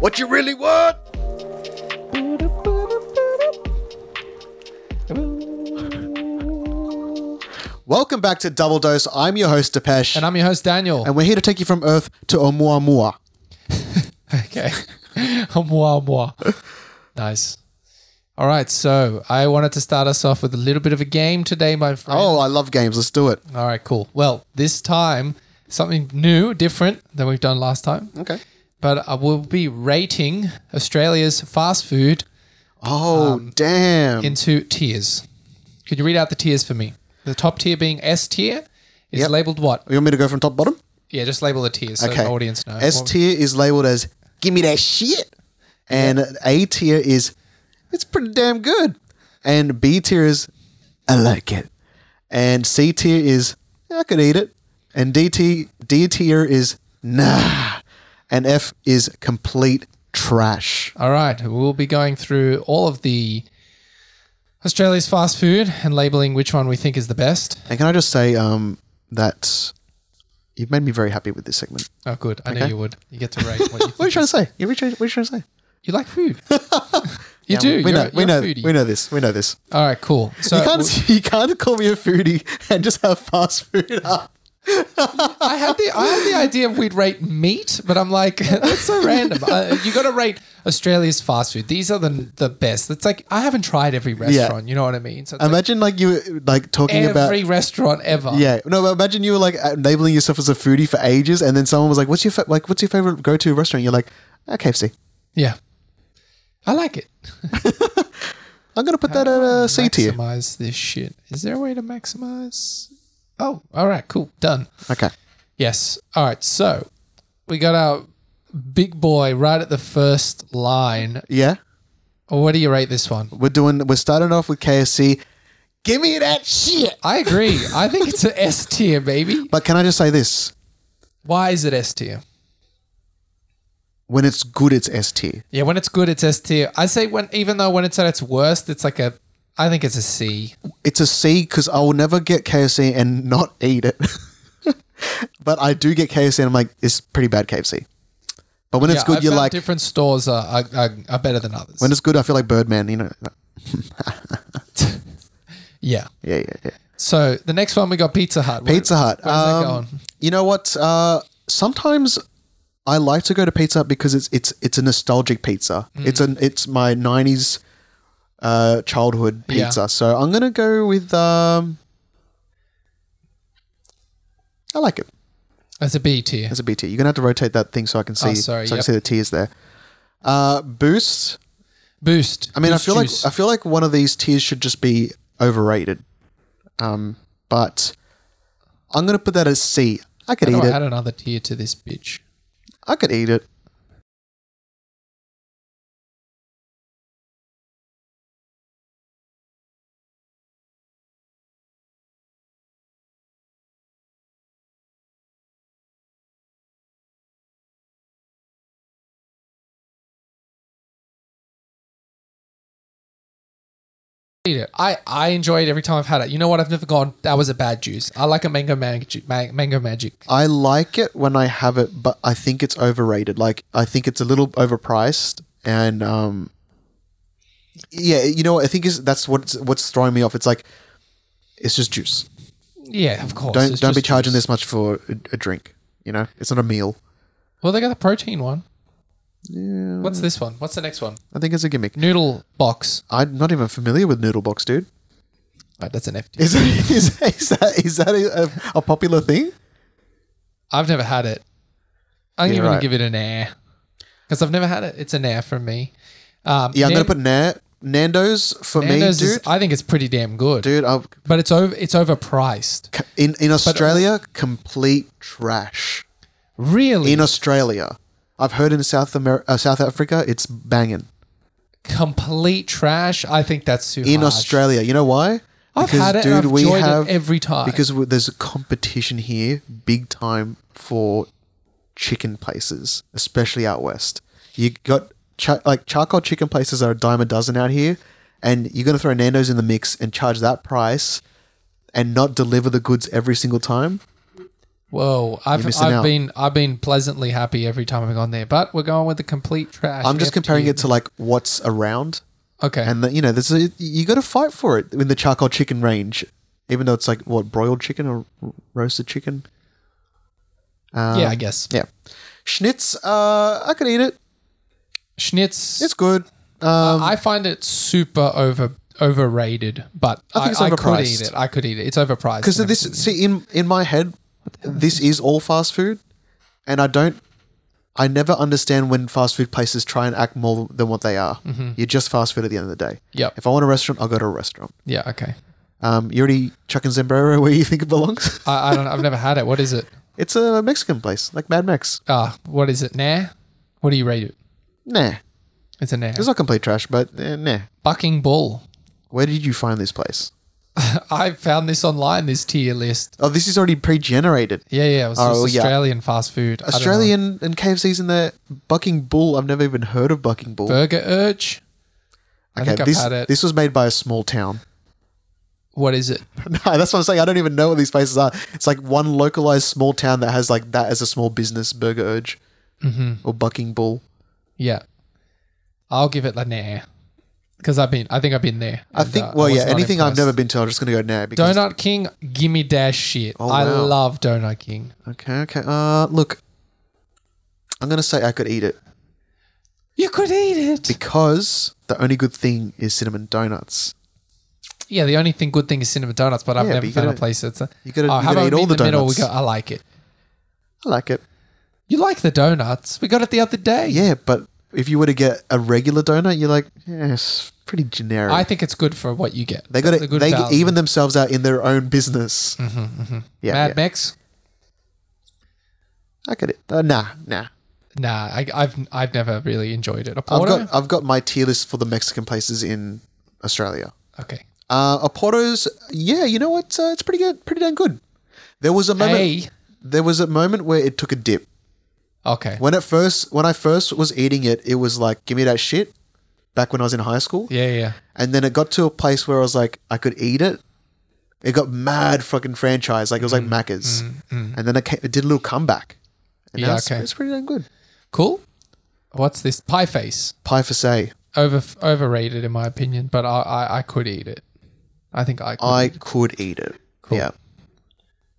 what you really want? Welcome back to Double Dose. I'm your host, Depeche. And I'm your host, Daniel. and we're here to take you from Earth to Oumuamua. Okay. moi, moi. Nice. All right. So I wanted to start us off with a little bit of a game today, my friend. Oh, I love games. Let's do it. All right, cool. Well, this time, something new, different than we've done last time. Okay. But I will be rating Australia's fast food Oh, damn. into tiers. Could you read out the tiers for me? The top tier being S tier is Yep. labeled what? you want me to go from top to bottom? Yeah, just label the tiers so the audience knows. S tier is labeled as "Give me that shit," and A tier is "It's pretty damn good," and B tier is "I like it," and C tier is "I could eat it," and D tier D tier is "Nah," and F is complete trash. All right, we'll be going through all of the Australia's fast food and labeling which one we think is the best. And can I just say um, that you've made me very happy with this segment. Oh, good. I know Okay. you would. You get to rate what you What are you think. trying to say? You- What are you what are you trying to say? You like food. You do. We You're- know. you're we a know. foodie. We know this. We know this. All right, cool. So You can't, you can't call me a foodie and just have fast food up. I had the I had the idea of we'd rate meat, but I'm like, that's so random. Uh, you got to rate Australia's fast food. These are the the best. It's like I haven't tried every restaurant. You know what I mean? So it's like Imagine like you were, like talking about every restaurant ever. yeah no but imagine you were like labeling yourself as a foodie for ages and then someone was like what's your fa- like what's your favorite go to restaurant you're like "Ah, KFC yeah. I like it. I'm gonna put that at a C tier Maximize this shit. Is there a way to maximize? Oh, all right, cool, done. okay Yes. All right. So we got our big boy right at the first line. yeah What do you rate this one? we're doing we're starting off with KFC give me that shit I agree. I think it's an S tier, baby. but can I just say this Why is it S tier? when it's good it's S tier Yeah, when it's good, it's S tier. I say when, even though when it's at its worst, it's like a. I think it's a C. it's a C because I will never get KFC and not eat it. but I do get KFC and I'm like, it's pretty bad KFC. But when it's Yeah, good, I you're found like, different stores are, are, are, are better than others. when it's good, I feel like Birdman, you know? Yeah, yeah. yeah, yeah. So the next one we got Pizza Hut. Where- Pizza Hut. Where's um, that going? You know what? Uh, sometimes I like to go to Pizza Hut because it's it's it's a nostalgic pizza. Hmm. It's an it's my '90s uh, childhood Yeah. pizza. So I'm gonna go with. Um, I like it. That's a B tier. That's a BT. You're gonna have to rotate that thing so I can see. Oh, sorry, so I can yep. see the tiers there. Uh, boost. Boost. I mean, I Boost feel juice. like I feel like one of these tiers should just be overrated. Um, but I'm gonna put that as C. I could How eat do I it. add another tier to this bitch. I could eat it. Eat it. I, I enjoy it every time I've had it. You know what? I've never gone. That was a bad juice. I like a mango magic. ma- Mango magic. I like it when I have it, but I think it's overrated. Like I think it's a little overpriced, and um, yeah, you know what? I think is that's what's what's throwing me off. It's like it's just juice. Yeah, of course. Don't It's don't be just charging juice. this much for a, a drink. You know, it's not a meal. Well, they got the protein one. Yeah. Mm. What's this one? What's the next one? I think it's a gimmick. Noodle box. I'm not even familiar with Noodle Box, dude. Right, that's an F tier. Is, is, is that is that a, a popular thing? I've never had it. I'm Yeah, going right. to give it an air because I've never had it. It's an air from me. Um, Yeah, I'm gonna Nan- put Na- Nando's for Nando's me, is- dude. I think it's pretty damn good, dude, I'll, but it's over. It's overpriced. in uh, in Australia, complete trash. Really, in Australia. I've heard in South America, uh, South Africa, it's banging. complete trash. I think that's too In harsh. Australia, you know why? I've had it and I've enjoyed it every time. because we, there's a competition here, big time for chicken places, especially out west. You got cha- like charcoal chicken places are a dime a dozen out here, and you're gonna throw Nando's in the mix and charge that price, and not deliver the goods every single time. Whoa, I've, missing I've out. been I've been pleasantly happy every time I've gone there, but we're going with the complete trash. I'm just FD. comparing it to like what's around, okay. and the, you know, there's a, you got to fight for it in the charcoal chicken range, even though it's like what broiled chicken or r- roasted chicken. yeah, I guess Yeah, schnitz. Uh, I could eat it. Schnitz. It's um, good. Uh, I find it super over overrated, but I, think it's I could eat overpriced. it. I could eat it. It's overpriced Because and this, everything. see, in in my head, this is all fast food, and I don't, I never understand when fast food places try and act more than what they are. You're just fast food at the end of the day. Yep. If I want a restaurant, I'll go to a restaurant. yeah, okay. Um, you already chucking Zambrero where you think it belongs. I, I don't. I've never had it. What is it? it's a Mexican place, like Mad Max. Ah, what is it? Nah. What do you rate it? Nah, It's a nah. it's not complete trash, but eh, nah. Bucking bull. Where did you find this place? I found this online. This tier list. Oh, this is already pre-generated. Yeah, yeah. It was Oh, just yeah. Australian fast food. I don't know. Australian and KFC's in there. Bucking Bull. I've never even heard of Bucking Bull. burger urge. I think I've this had it. this was made by a small town. What is it? No, that's what I'm saying. I don't even know what these places are. It's like one localized small town that has like that as a small business, Burger Urge Mm-hmm. or Bucking Bull. Yeah, I'll give it a nah because I've been. I think I've been there. I and, think. uh, Well, was yeah. not Anything I've impressed. never been to, I'm just gonna go now. Because, Donut King, gimme that shit. I wow. love Donut King. Okay. Okay. Uh, look. I'm gonna say I could eat it You could eat it. because the only good thing is cinnamon donuts. Yeah, the only thing good thing is cinnamon donuts, but I've Yeah, but never you found a gotta- place that's. A, you gotta- oh, you how gotta about eat me all in the the middle? We go. donuts. I like it. I like it. You like the donuts? We got it the other day. Yeah, but if you were to get a regular donut, you're like, yeah, it's pretty generic. I think it's good for what you get. they got The it. good They value. Mm-hmm, even themselves out in their own business. Yeah, Mad yeah. Max. I could. Uh, nah, nah. Nah, I, I've I've never really enjoyed it. A I've Porto? got I've got my tier list for the Mexican places in Australia. okay. Uh, Oporto's, yeah, you know what? Uh, it's pretty good, pretty damn good. There was a moment. Hey. There was a moment where it took a dip. Okay. When it first, when I first was eating it, it was like, give me that shit. Back when I was in high school, Yeah, yeah. and then it got to a place where I was like, I could eat it. It got mad fucking franchise, like it was Mm, like Macca's, and then it, ca it did a little comeback. And Yeah, now it's, okay. it's pretty damn good. Cool. What's this? Pie face. Pie for say, Over overrated in my opinion, but I I, I could eat it. I think I could. I could eat it. Yeah.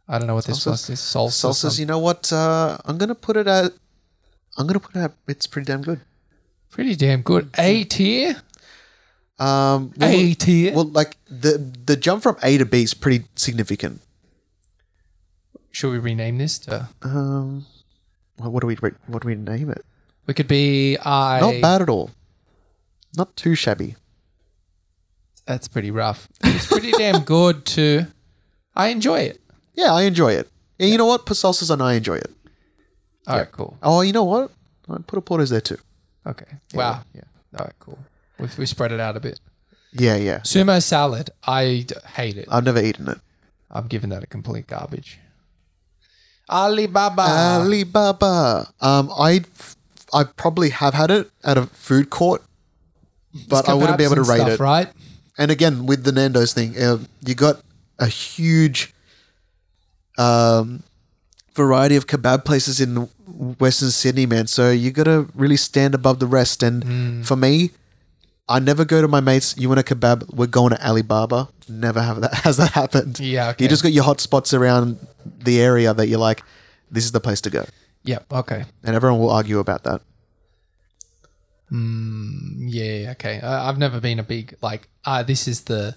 I don't know what this plus is. Salsa. Salsas, something. you know what? Uh, I'm gonna put it at. I'm gonna put it at. It's pretty damn good. Pretty damn good. A tier. Um, Mm-hmm. well, A tier. well, like the the jump from A to B is pretty significant. Should we rename this? To, Um, well, what do we re- what do we name it? we could be I. Not bad at all. Not too shabby. That's pretty rough. It's pretty damn good too. I enjoy it. Yeah, I enjoy it. And you know what? Put salsas on. I enjoy it. All right, cool. Oh, you know what? I put a porters there too. Okay. wow. Yeah. All right, cool. We we spread it out a bit. Yeah, yeah. Sumo salad. I d- hate it. I've never eaten it. I'm giving that a complete garbage. Alibaba. Uh, Alibaba. Um, I, I probably have had it at a food court, but I wouldn't be able to Kebabs rate and stuff, it. Right. and again with the Nando's thing, uh, you got a huge um, variety of kebab places in Western Sydney, man. So you got to really stand above the rest. And Mm. for me, I never go to my mates. You want a kebab? We're going to Alibaba. Never have that has that happened. Yeah, okay. You just got your hot spots around the area that you're like, this is the place to go, Yep. Okay. and everyone will argue about that. Yeah. Okay. I, I've never been a big like. Ah, this is the,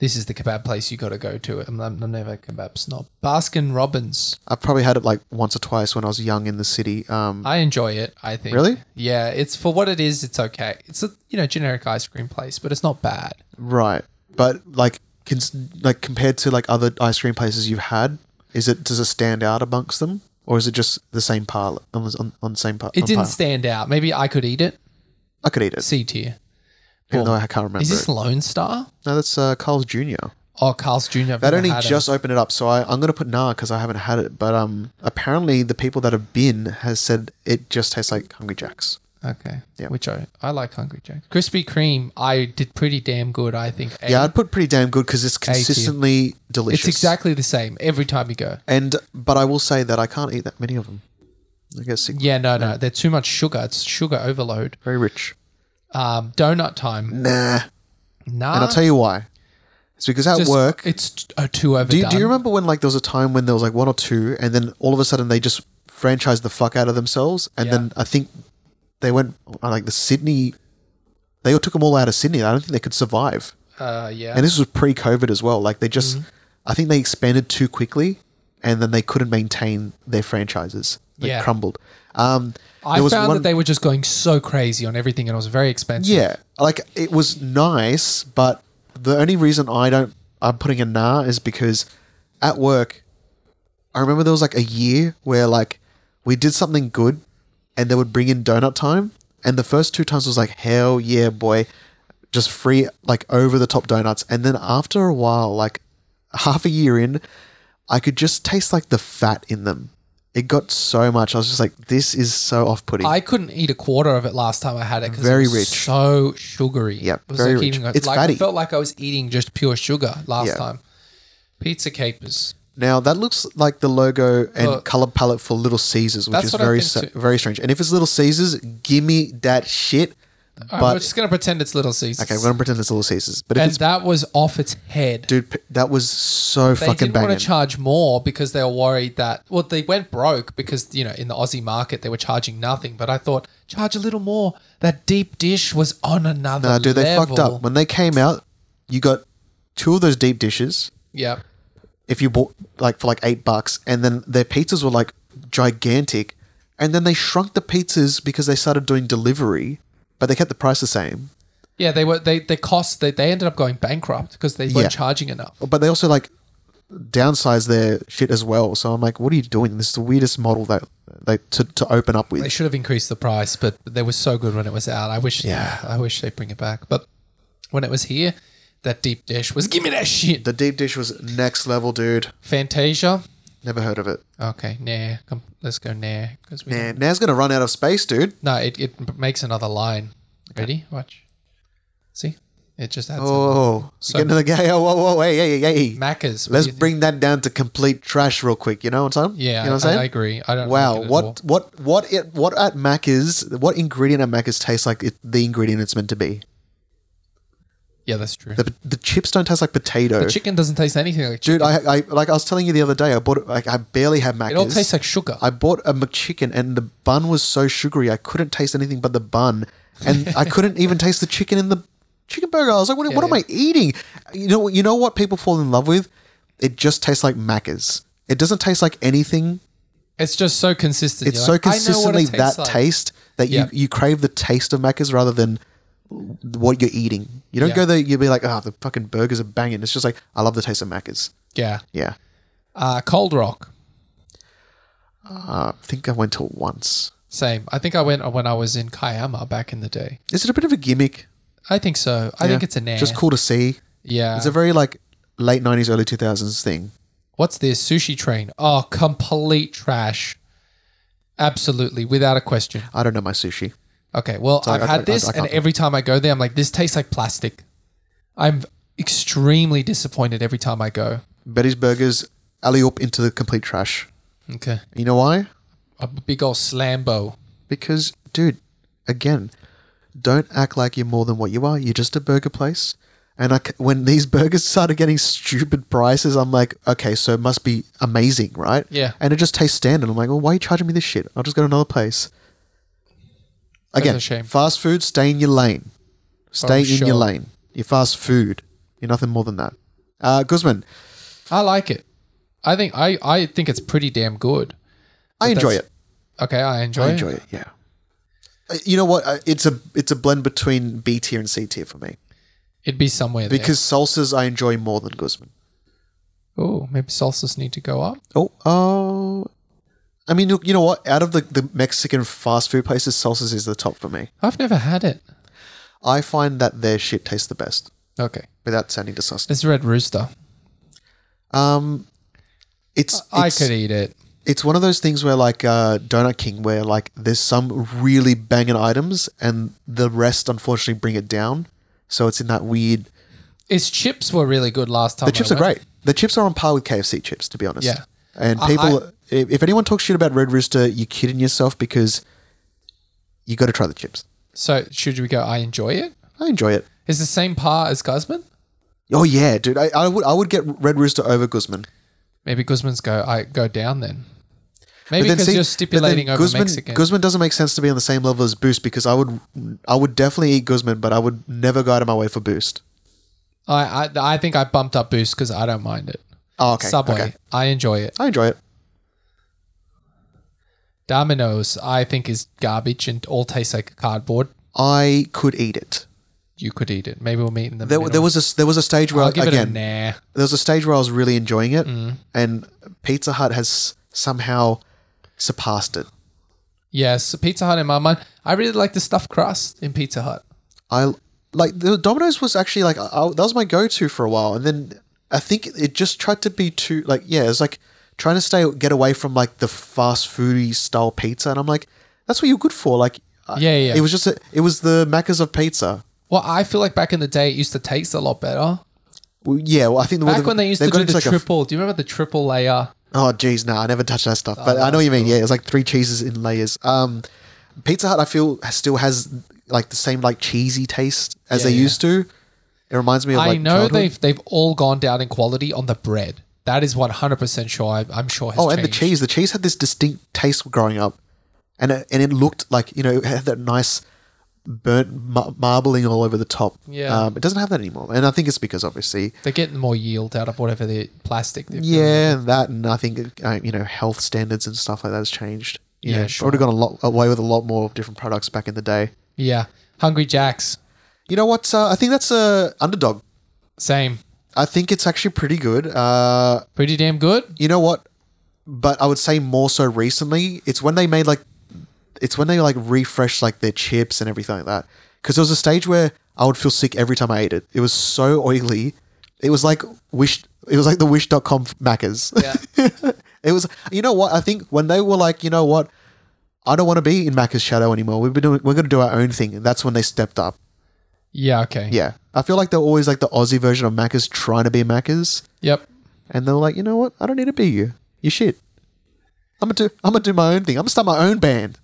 this is the kebab place you got to go to. I'm, I'm, I'm never a kebab snob. Baskin Robbins. I've probably had it like once or twice when I was young in the city. Um, I enjoy it. I think. Really? Yeah. It's for what it is. It's okay. It's a you know generic ice cream place, but it's not bad. Right, but like, cons- like compared to like other ice cream places you've had, is it does it stand out amongst them, or is it just the same pile on the- on, on the same pile? It didn't stand out. Maybe I could eat it. I could eat it, C tier. even though I can't remember. Is this it. Lone Star? No, that's uh, Carl's Jr. Oh, Carl's Jr. I've That never only had it. just opened it up, so I, I'm gonna put nah because I haven't had it. But um, apparently the people that have been has said it just tastes like Hungry Jacks. Okay. Yeah. Which I, I like Hungry Jack's. Krispy Kreme, I did pretty damn good, I think. Yeah, I'd put pretty damn good because it's tier. consistently delicious. It's exactly the same every time you go. And but I will say that I can't eat that many of them. I get sick. Yeah, no, no. They're too much sugar. It's sugar overload. Very rich. Um, donut time. Nah. Nah. And I'll tell you why. It's because at Uh, just- work. It's t- uh, too overdone. Do you, do you remember when like there was a time when there was like one or two, and then all of a sudden they just franchised the fuck out of themselves, and Yeah. then I think they went on like the Sydney. They all took them all out of Sydney. I don't think they could survive. Uh, yeah. Mm-hmm. And this was pre-COVID as well. Like they just, I think they expanded too quickly, and then they couldn't maintain their franchises. They Yeah. crumbled. Um, I there found was one- that they were just going so crazy on everything and it was very expensive. yeah, like it was nice, but the only reason I don't I'm putting a nah is because at work, I remember there was like a year where like we did something good, and they would bring in donut time, and the first two times was like hell yeah boy, just free like over the top donuts, and then after a while like half a year in, I could just taste like the fat in them. It got so much. I was just like, this is so off putting. I couldn't eat a quarter of it last time I had it because Very it was rich. so sugary. Yeah, it was very like rich. Eating a, It's like, fatty. It felt like I was eating just pure sugar last Yeah. time. Pizza capers. Now that looks like the logo and Look. color palette for Little Caesars, which Uh, That's is what I very think sa- too. very strange. And if it's Little Caesars, give me that shit. All right, But- we're just gonna pretend it's Little Caesars. Okay, we're gonna pretend it's Little Caesars, but if and it's that was off its head. dude, p- that was so they fucking didn't banging. want to charge more because they were worried that well they went broke because you know in the Aussie market they were charging nothing. But I thought charge a little more. That deep dish was on another. Nah, dude, they fucked level. up when they came out. You got two of those deep dishes Yeah, if you bought like for like eight bucks, and then their pizzas were like gigantic, and then they shrunk the pizzas because they started doing delivery, but they kept the price the same. yeah, they were they they cost they, they ended up going bankrupt because they Yeah. weren't charging enough. but they also like downsize their shit as well. So I'm like, what are you doing? This is the weirdest model that they to, to open up They with. should have increased the price, but they were so good when it was out. I wish yeah, I wish they bring it back. But when it was here, that deep dish was give me that shit. The deep dish was next level, dude. Fantasia. Never heard of it. Okay, nah. Come, let's go nah because we Man, now's gonna run out of space, dude. No, it, it makes another line. Ready? Watch. See? It just adds oh. Oh, So- getting to the game. Oh, whoa, whoa, hey, hey, hey, hey. Macca's. what Let's do you bring that down to complete trash real quick. You know what I'm saying? think? Yeah, you know I, I agree. I don't Wow, like it at all. what, what, what, it, what at Macca's, what ingredient at Macca's tastes like it, the ingredient it's meant to be? Yeah, that's true. The, the chips don't taste like potato. The chicken doesn't taste anything like Dude, I, I like I was telling you the other day, I bought like I barely had Macca's. It all tastes like sugar. I bought a McChicken and the bun was so sugary I couldn't taste anything but the bun, and I couldn't even taste the chicken in the chicken burger. I was like, what, what am yeah. I eating? You know, you know what people fall in love with? It just tastes like Macca's. It doesn't taste like anything. it's just so consistent. It's You're so like, I know what it consistently tastes that like. taste that Yeah. you, you crave the taste of Macca's rather than what you're eating. You don't Yeah. go there. You'll be like, oh, the fucking burgers are banging. It's just like I love the taste of Macca's. Yeah. Yeah. Uh, Cold Rock. Uh, I think I went to it once. Same. I think I went when I was in Kayama back in the day. Is it a bit of a gimmick? I think so. I think Yeah. it's a Uh. nah. Just cool to see. Yeah. It's a very like late nineties, early two thousands thing. What's this? Sushi Train. Oh, complete trash. Absolutely, without a question. I don't know my sushi. Okay, well, I- I've I- had I- this, I can't and every time I go there, I'm like, this tastes like plastic. I'm extremely disappointed every time I go. Betty's Burgers alley up into the complete trash. Okay. You know why? A big old slambo. Because, dude, again, don't act like you're more than what you are. You're just a burger place. And I c when these burgers started getting stupid prices, I'm like, okay, so it must be amazing, right? Yeah. And it just tastes standard. I'm like, well, why are you charging me this shit? I'll just go to another place. Again, a shame. fast food, stay in your lane. Stay Oh, in sure. your lane. You're fast food. You're nothing more than that. Uh, Guzman, I like it. I think I, I think it's pretty damn good. I enjoy it. that's- Okay, I enjoy, I enjoy it. Yeah. Uh, You know what? Uh, It's a it's a blend between B tier and C tier for me. It'd be somewhere there. Because salsas I enjoy more than Guzman. oh, maybe salsas need to go up. Oh, oh. I mean, look, you know what? Out of the, the Mexican fast food places, salsas is the top for me. I've never had it. I find that their shit tastes the best Okay, without sounding disgusting. it's Red Rooster. Um, it's, I it's- could eat it. it's one of those things where like uh, Donut King, where like there's some really banging items, and the rest unfortunately bring it down. So it's in that weird. His chips were really good last time. The chips are great. The chips are on par with KFC chips, to be honest. Yeah. And I- people, if if anyone talks shit about Red Rooster, you're kidding yourself because you got to try the chips. So should we go? I enjoy it. I enjoy it. Is the same par as Guzman? Oh yeah, dude. I, I would I would get Red Rooster over Guzman. Maybe Guzman's go. I go down then. But Maybe then because see- but you're then stipulating over Guzman, Mexican. Guzman doesn't make sense to be on the same level as Boost because I would I would definitely eat Guzman, but I would never go out of my way for Boost. I, I I think I bumped up Boost because I don't mind it. Oh, okay. Subway, Okay. I enjoy it. I enjoy it. Domino's, I think is garbage and all tastes like cardboard. I could eat it. You could eat it. Maybe we'll meet in the There, middle. there was a there was a stage where I'll give again it a nah. there was a stage where I was really enjoying it, Mm. and Pizza Hut has somehow surpassed it. Yes, Pizza Hut in my mind. I really like the stuffed crust in Pizza Hut. I like the Domino's was actually like I, I- that was my go-to for a while, and then I think it just tried to be too like yeah, it's like trying to stay get away from like the fast foody style pizza, and I'm like, that's what you're good for. Like, I- Yeah, yeah, yeah. Uh, It was just a, it was the Macca's of pizza. Well, I feel like back in the day it used to taste a lot better. Well, yeah, well, I think the Back when they used to do into, the like, a- triple. do you remember the triple layer? Oh geez, no, I never touched that Oh, stuff. But I know what you mean. Yeah, it was like three cheeses in layers. Um, Pizza Hut, I feel, has- still has like the same like cheesy taste as Yeah, they yeah. used to. It reminds me of like I know childhood. they've they've all gone down in quality on the bread. That is one hundred percent sure. I, I'm sure. Has Oh, and the changed. cheese. The cheese had this distinct taste growing up, and it, and it looked like you know it had that nice burnt mar- marbling all over the top. Yeah. um, it doesn't have that anymore, and I think it's because obviously, They're getting more yield out of whatever the plastic. They've yeah, and that and I think uh, you know health standards and stuff like that has changed. You Yeah, know, sure. Would have gone a lot away with a lot more different products back in the day. yeah. Hungry Jacks, You know what? Uh, I think that's a underdog. same. I think it's actually pretty good. Uh, Pretty damn good. you know what? But I would say more so recently. It's when they made like, it's when they like refreshed like their chips and everything like that. Because there was a stage where I would feel sick every time I ate it. It was so oily. It was like wish. It was like the wish.com Maccas. Yeah. it was. You know what? I think when they were like, you know what? I don't want to be in Macca's shadow anymore. We've been doing, we're going to do our own thing. And that's when they stepped up. Yeah. Okay. Yeah. I feel like they're always like the Aussie version of Macca's trying to be Macca's. Yep. And they're like, you know what? I don't need to be you. You shit. I'm gonna do. I'm gonna do my own thing. I'm gonna start my own band.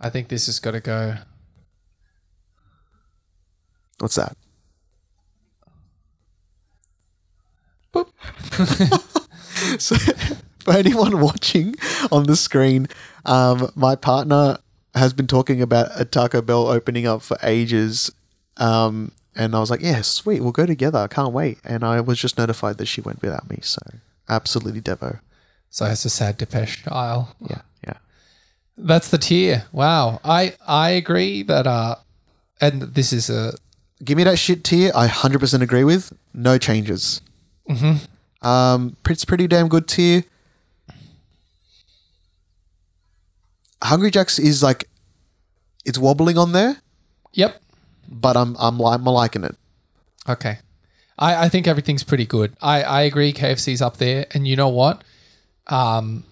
I think this has got to go. What's that? Boop. so, for anyone watching on the screen, um, my partner has been talking about a Taco Bell opening up for ages. Um, and I was like, yeah, sweet, we'll go together. I can't wait. And I was just notified that she went without me. So, absolutely Devo. So it's a sad Depeche aisle. Yeah. Yeah. That's the tier. Wow. I I agree that uh, and this is a give me that shit tier. I hundred percent agree with. No changes. Mm-hmm. Um, it's pretty damn good tier. Hungry Jacks is like, it's wobbling on there, yep. but I'm I'm, li- I'm liking it. Okay. I, I think everything's pretty good. I, I agree KFC's up there and you know what? Um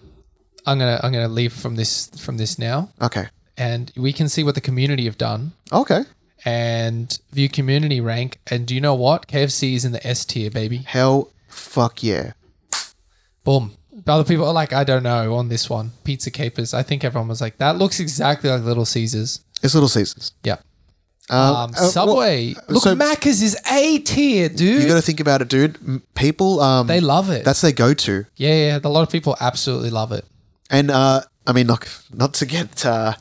I'm gonna I'm gonna leave from this from this now Okay. and we can see what the community have done Okay. and view community rank and do you know what? KFC is in the S tier, baby. Hell, fuck yeah. Boom. Other people are like, I don't know on this one. Pizza Capers. I think everyone was like, that looks exactly like Little Caesars. It's Little Caesars. Yeah. Um, Um, uh, well, Subway. Look, so- Macca's is A tier, dude. you got to think about it, dude. M- People, um, they love it. that's their go-to. yeah, yeah. A lot of people absolutely love it. And uh, I mean, not not to get uh,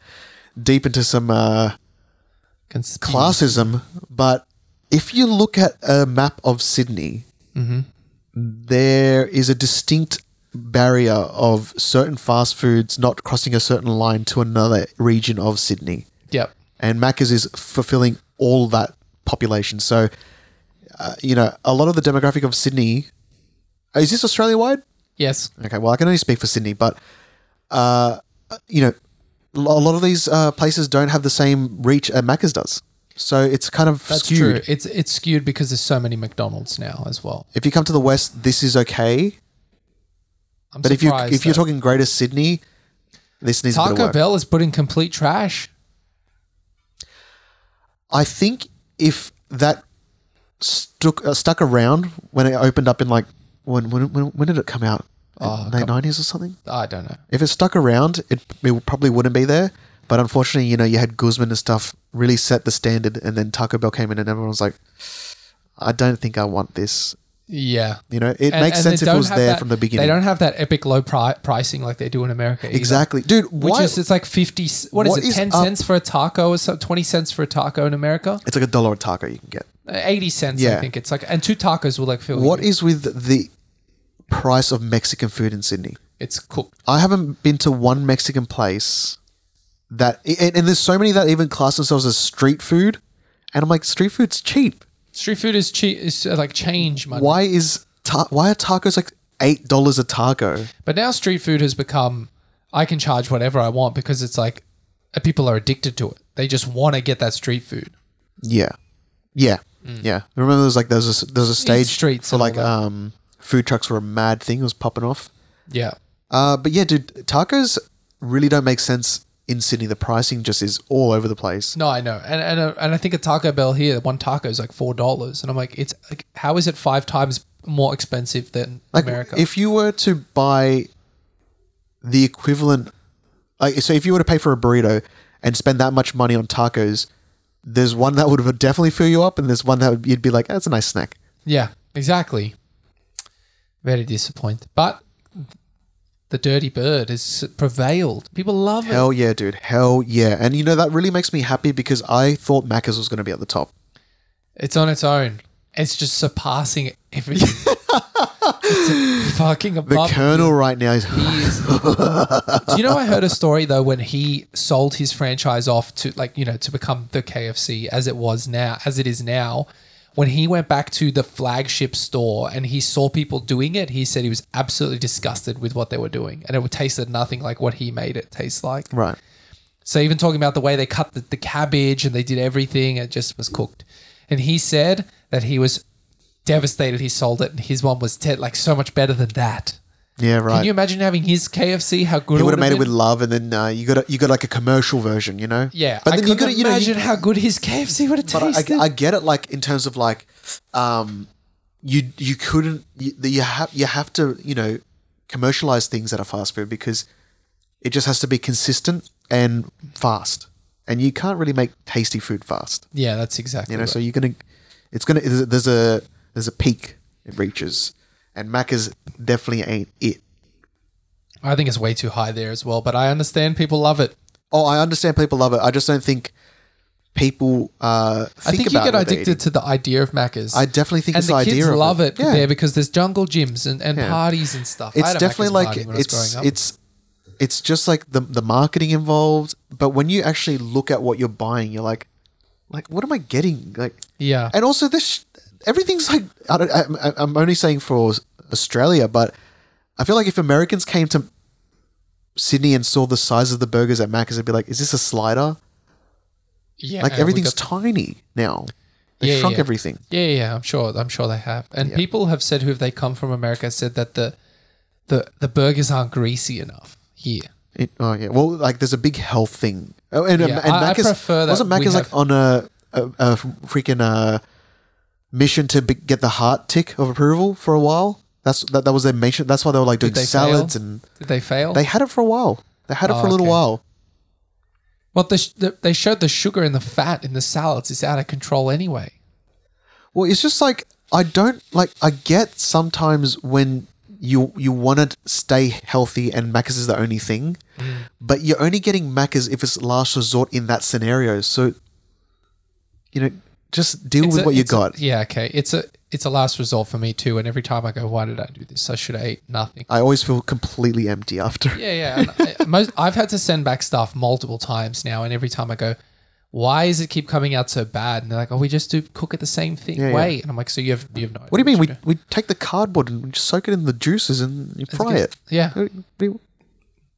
deep into some uh, Cons- classism, but if you look at a map of Sydney, there is a distinct barrier of certain fast foods not crossing a certain line to another region of Sydney. Yep. And Macca's is fulfilling all that population. So, uh, you know, a lot of the demographic of Sydney is this Australia wide? Yes. Okay, well, I can only speak for Sydney, but uh, you know, a lot of these uh, places don't have the same reach as Macca's does, so it's kind of That's skewed. true. It's it's skewed because there's so many McDonald's now as well. If you come to the west, this is okay. I'm I'm But if you surprised. if you're that- talking Greater Sydney, this needs a bit of Taco work. Bell is put in complete trash. I think if that stuck uh, stuck around when it opened up in like when when when, when did it come out? Oh, late nineties or something. I don't know. If it stuck around, it, it probably wouldn't be there. But unfortunately, you know, you had Guzman and stuff really set the standard, and then Taco Bell came in, and everyone was like, "I don't think I want this." Yeah. You know, it And- makes sense and they if it don't was have there that- from the beginning. They don't have that epic low pri- pricing like they do in America. either. exactly, dude. Which Why? is it's like fifty. What is What it? is Ten up- cents for a taco or so, twenty cents for a taco in America? Uh, it's like a dollar a taco you can get. Mm-hmm. Eighty cents, I Yeah. think it's like, and two tacos will like fill. What you. is with the price of Mexican food in Sydney? It's cooked. I haven't been to one Mexican place that, and, and there's so many that even class themselves as street food, and I'm like, street food's cheap. Street food is cheap. Is uh, like change money. Why is ta- why are tacos like eight dollars a taco? But now street food has become, I can charge whatever I want because it's like, uh, people are addicted to it. They just want to get that street food. Yeah, yeah, yeah. Remember, there's like there's a there's a stage streets for and all like that. um food trucks were a mad thing. It was popping off. Yeah. Uh, but yeah, dude, tacos really don't make sense in Sydney. The pricing just is all over the place. No, I know, and and, uh, and I think a Taco Bell here, one taco is like four dollars, and I'm like, it's like, how is it five times more expensive than Like America? if you were to buy the equivalent, like so, if you were to pay for a burrito and spend that much money on tacos, there's one that would definitely fill you up, and there's one that would, you'd be like, "That's a nice snack." yeah, exactly. Very disappointed, but the dirty bird has prevailed. People love it. Hell yeah, dude! Hell yeah! And you know that really makes me happy because I thought Macca's was going to be at the top. It's on its own. It's just surpassing everything. it's fucking The above. Colonel right now is years. Do you know I heard a story though when he sold his franchise off to like you know to become the KFC as it was now as it is now. When he went back to the flagship store and he saw people doing it, he said he was absolutely disgusted with what they were doing, and it tasted nothing like what he made it taste like. right. So even talking about the way they cut the, the cabbage and they did everything, it just was cooked. And he said that he was devastated he sold it, and his one was te- like so much better than that. Yeah, right. Can you imagine having his KFC? How good He it would have made it been? with love, and then uh, you got you got like a commercial version, you know. Yeah, but I then you couldn't got you know imagine you, how good his KFC would have but tasted. I, I get it, like in terms of like, um, you you couldn't you, the- you have you have to you know commercialize things that are fast food because it just has to be consistent and fast, and you can't really make tasty food fast, yeah, that's exactly. you know. right. So you're gonna, it's gonna there's a- there's a there's a peak it reaches, and Macca's definitely ain't it. I think it's way too high there as well, but I understand people love it. Oh, I understand people love it. I just don't think people uh, think I think you about get what they're addicted eating. to the idea of Macca's. I definitely think and it's the the kids idea of love it, Yeah. there because there's jungle gyms and, and Yeah. parties and stuff. I It's had a definitely Macca's like party when I was it's growing up. it's it's just like the the marketing involved. But when you actually look at what you're buying, you're like, like what am I getting? Like, yeah, and also this sh- everything's like I don't, I, I- I'm only saying for Australia, but I feel like if Americans came to Sydney and saw the size of the burgers at Macca's, they'd be like, is this a slider? yeah, Like and we everything's got- tiny now. They Yeah, shrunk yeah. everything. Yeah, yeah, I'm sure. I'm sure they have. And people have said who have they come from America said that the the the burgers aren't greasy enough here. It, oh yeah. Well, like there's a big health thing. Oh, and Yeah, um, and I- I Mac is prefer that wasn't we Mac is like have- on a a, a freaking uh, mission to be, get the heart tick of approval for a while. That's that, that was their mission. That's why they were like doing Did they salads fail? and Did they fail? they had it for a while. They had it Oh, for a little okay. while. Well, the, sh- the, they showed the sugar and the fat in the salads is out of control anyway. Well, it's just like I don't like. I get sometimes when you you want to stay healthy and Macca's is the only thing, Mm. but you're only getting Macca's if it's last resort in that scenario. So, you know, just deal It's with a- what you it's a- got. yeah, okay. It's a it's a last resort for me too. And every time I go, why did I do this? I should have ate nothing. I always feel completely empty after. Yeah, yeah. And I- most I've had to send back stuff multiple times now, and every time I go, why is it keep coming out so bad? And they're like, oh, we just do cook it the same thing Yeah, yeah. way. And I'm like, so you have you have no. What do you mean? We, we take the cardboard and we just soak it in the juices and you fry it. Yeah, We, we,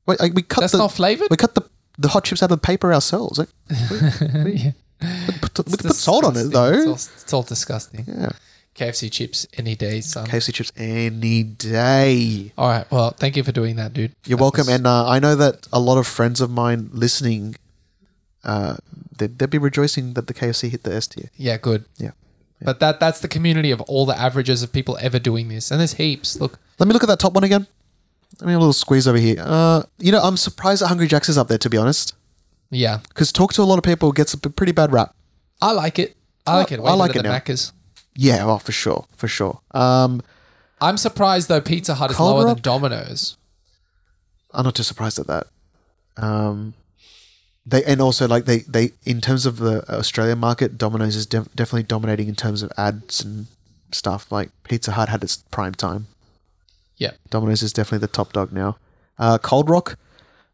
wait, like, we cut that's the not flavored. we cut the, the hot chips out of the paper ourselves. Like, we, we- we put, we It's put salt on it disgusting. though. It's all, it's all disgusting. Yeah. KFC chips any day, son. KFC chips any day. All right. Well, thank you for doing that, dude. You're That welcome. was- And uh, I know that a lot of friends of mine listening, uh, they'd, they'd be rejoicing that the KFC hit the S tier. yeah, good. Yeah. But that that's the community of all the averages of people ever doing this. And there's heaps. Look, Let me look at that top one again. Let me a little squeeze over here. Uh, you know, I'm surprised that Hungry Jack's is up there, to be honest. yeah. Because Talk to a Lot of People gets a p- pretty bad rap. I like it. I like it. Way I like better it than now. Macca's. Yeah, oh, for sure. For sure. Um, I'm surprised though Pizza Hut is Cold lower Rock? than Domino's. I'm not too surprised at that. Um, they and also like they they in terms of the Australian market, Domino's is def- definitely dominating in terms of ads and stuff. Like Pizza Hut had its prime time. Yeah. Domino's is definitely the top dog now. Uh, Cold Rock,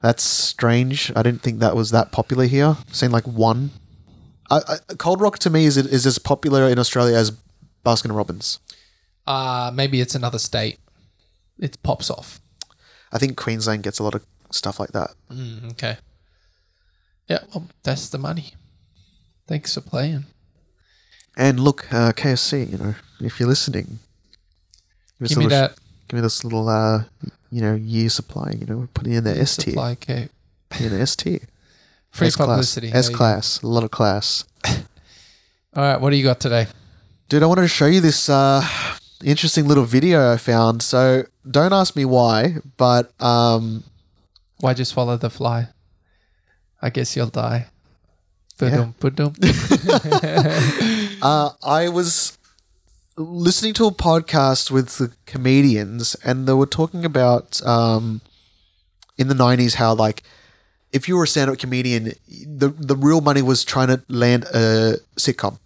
that's strange. I didn't think that was that popular here. Seen like one. I, I, Cold Rock to me is is as popular in Australia as Baskin Robbins. Uh maybe it's another state. It pops off. I think Queensland gets a lot of stuff like that. Mm, okay. Yeah, well, that's the money. Thanks for playing. And look, uh, KFC, you know, if you're listening, us Give a me little sh- that Give me this little, uh, you know, year supply. You know, we're putting in the S tier, supply cake. in the S tier, Free S publicity. class, S There you go. class, a lot of class. All right, what do you got today? Dude, I wanted to show you this uh, interesting little video I found. So don't ask me why, but um, Why'd you swallow the fly? I guess you'll die. Ba-dum, ba-dum. uh, I was listening to a podcast with the comedians, and they were talking about um, in the '90s how like if you were a stand-up comedian, the the real money was trying to land a sitcom.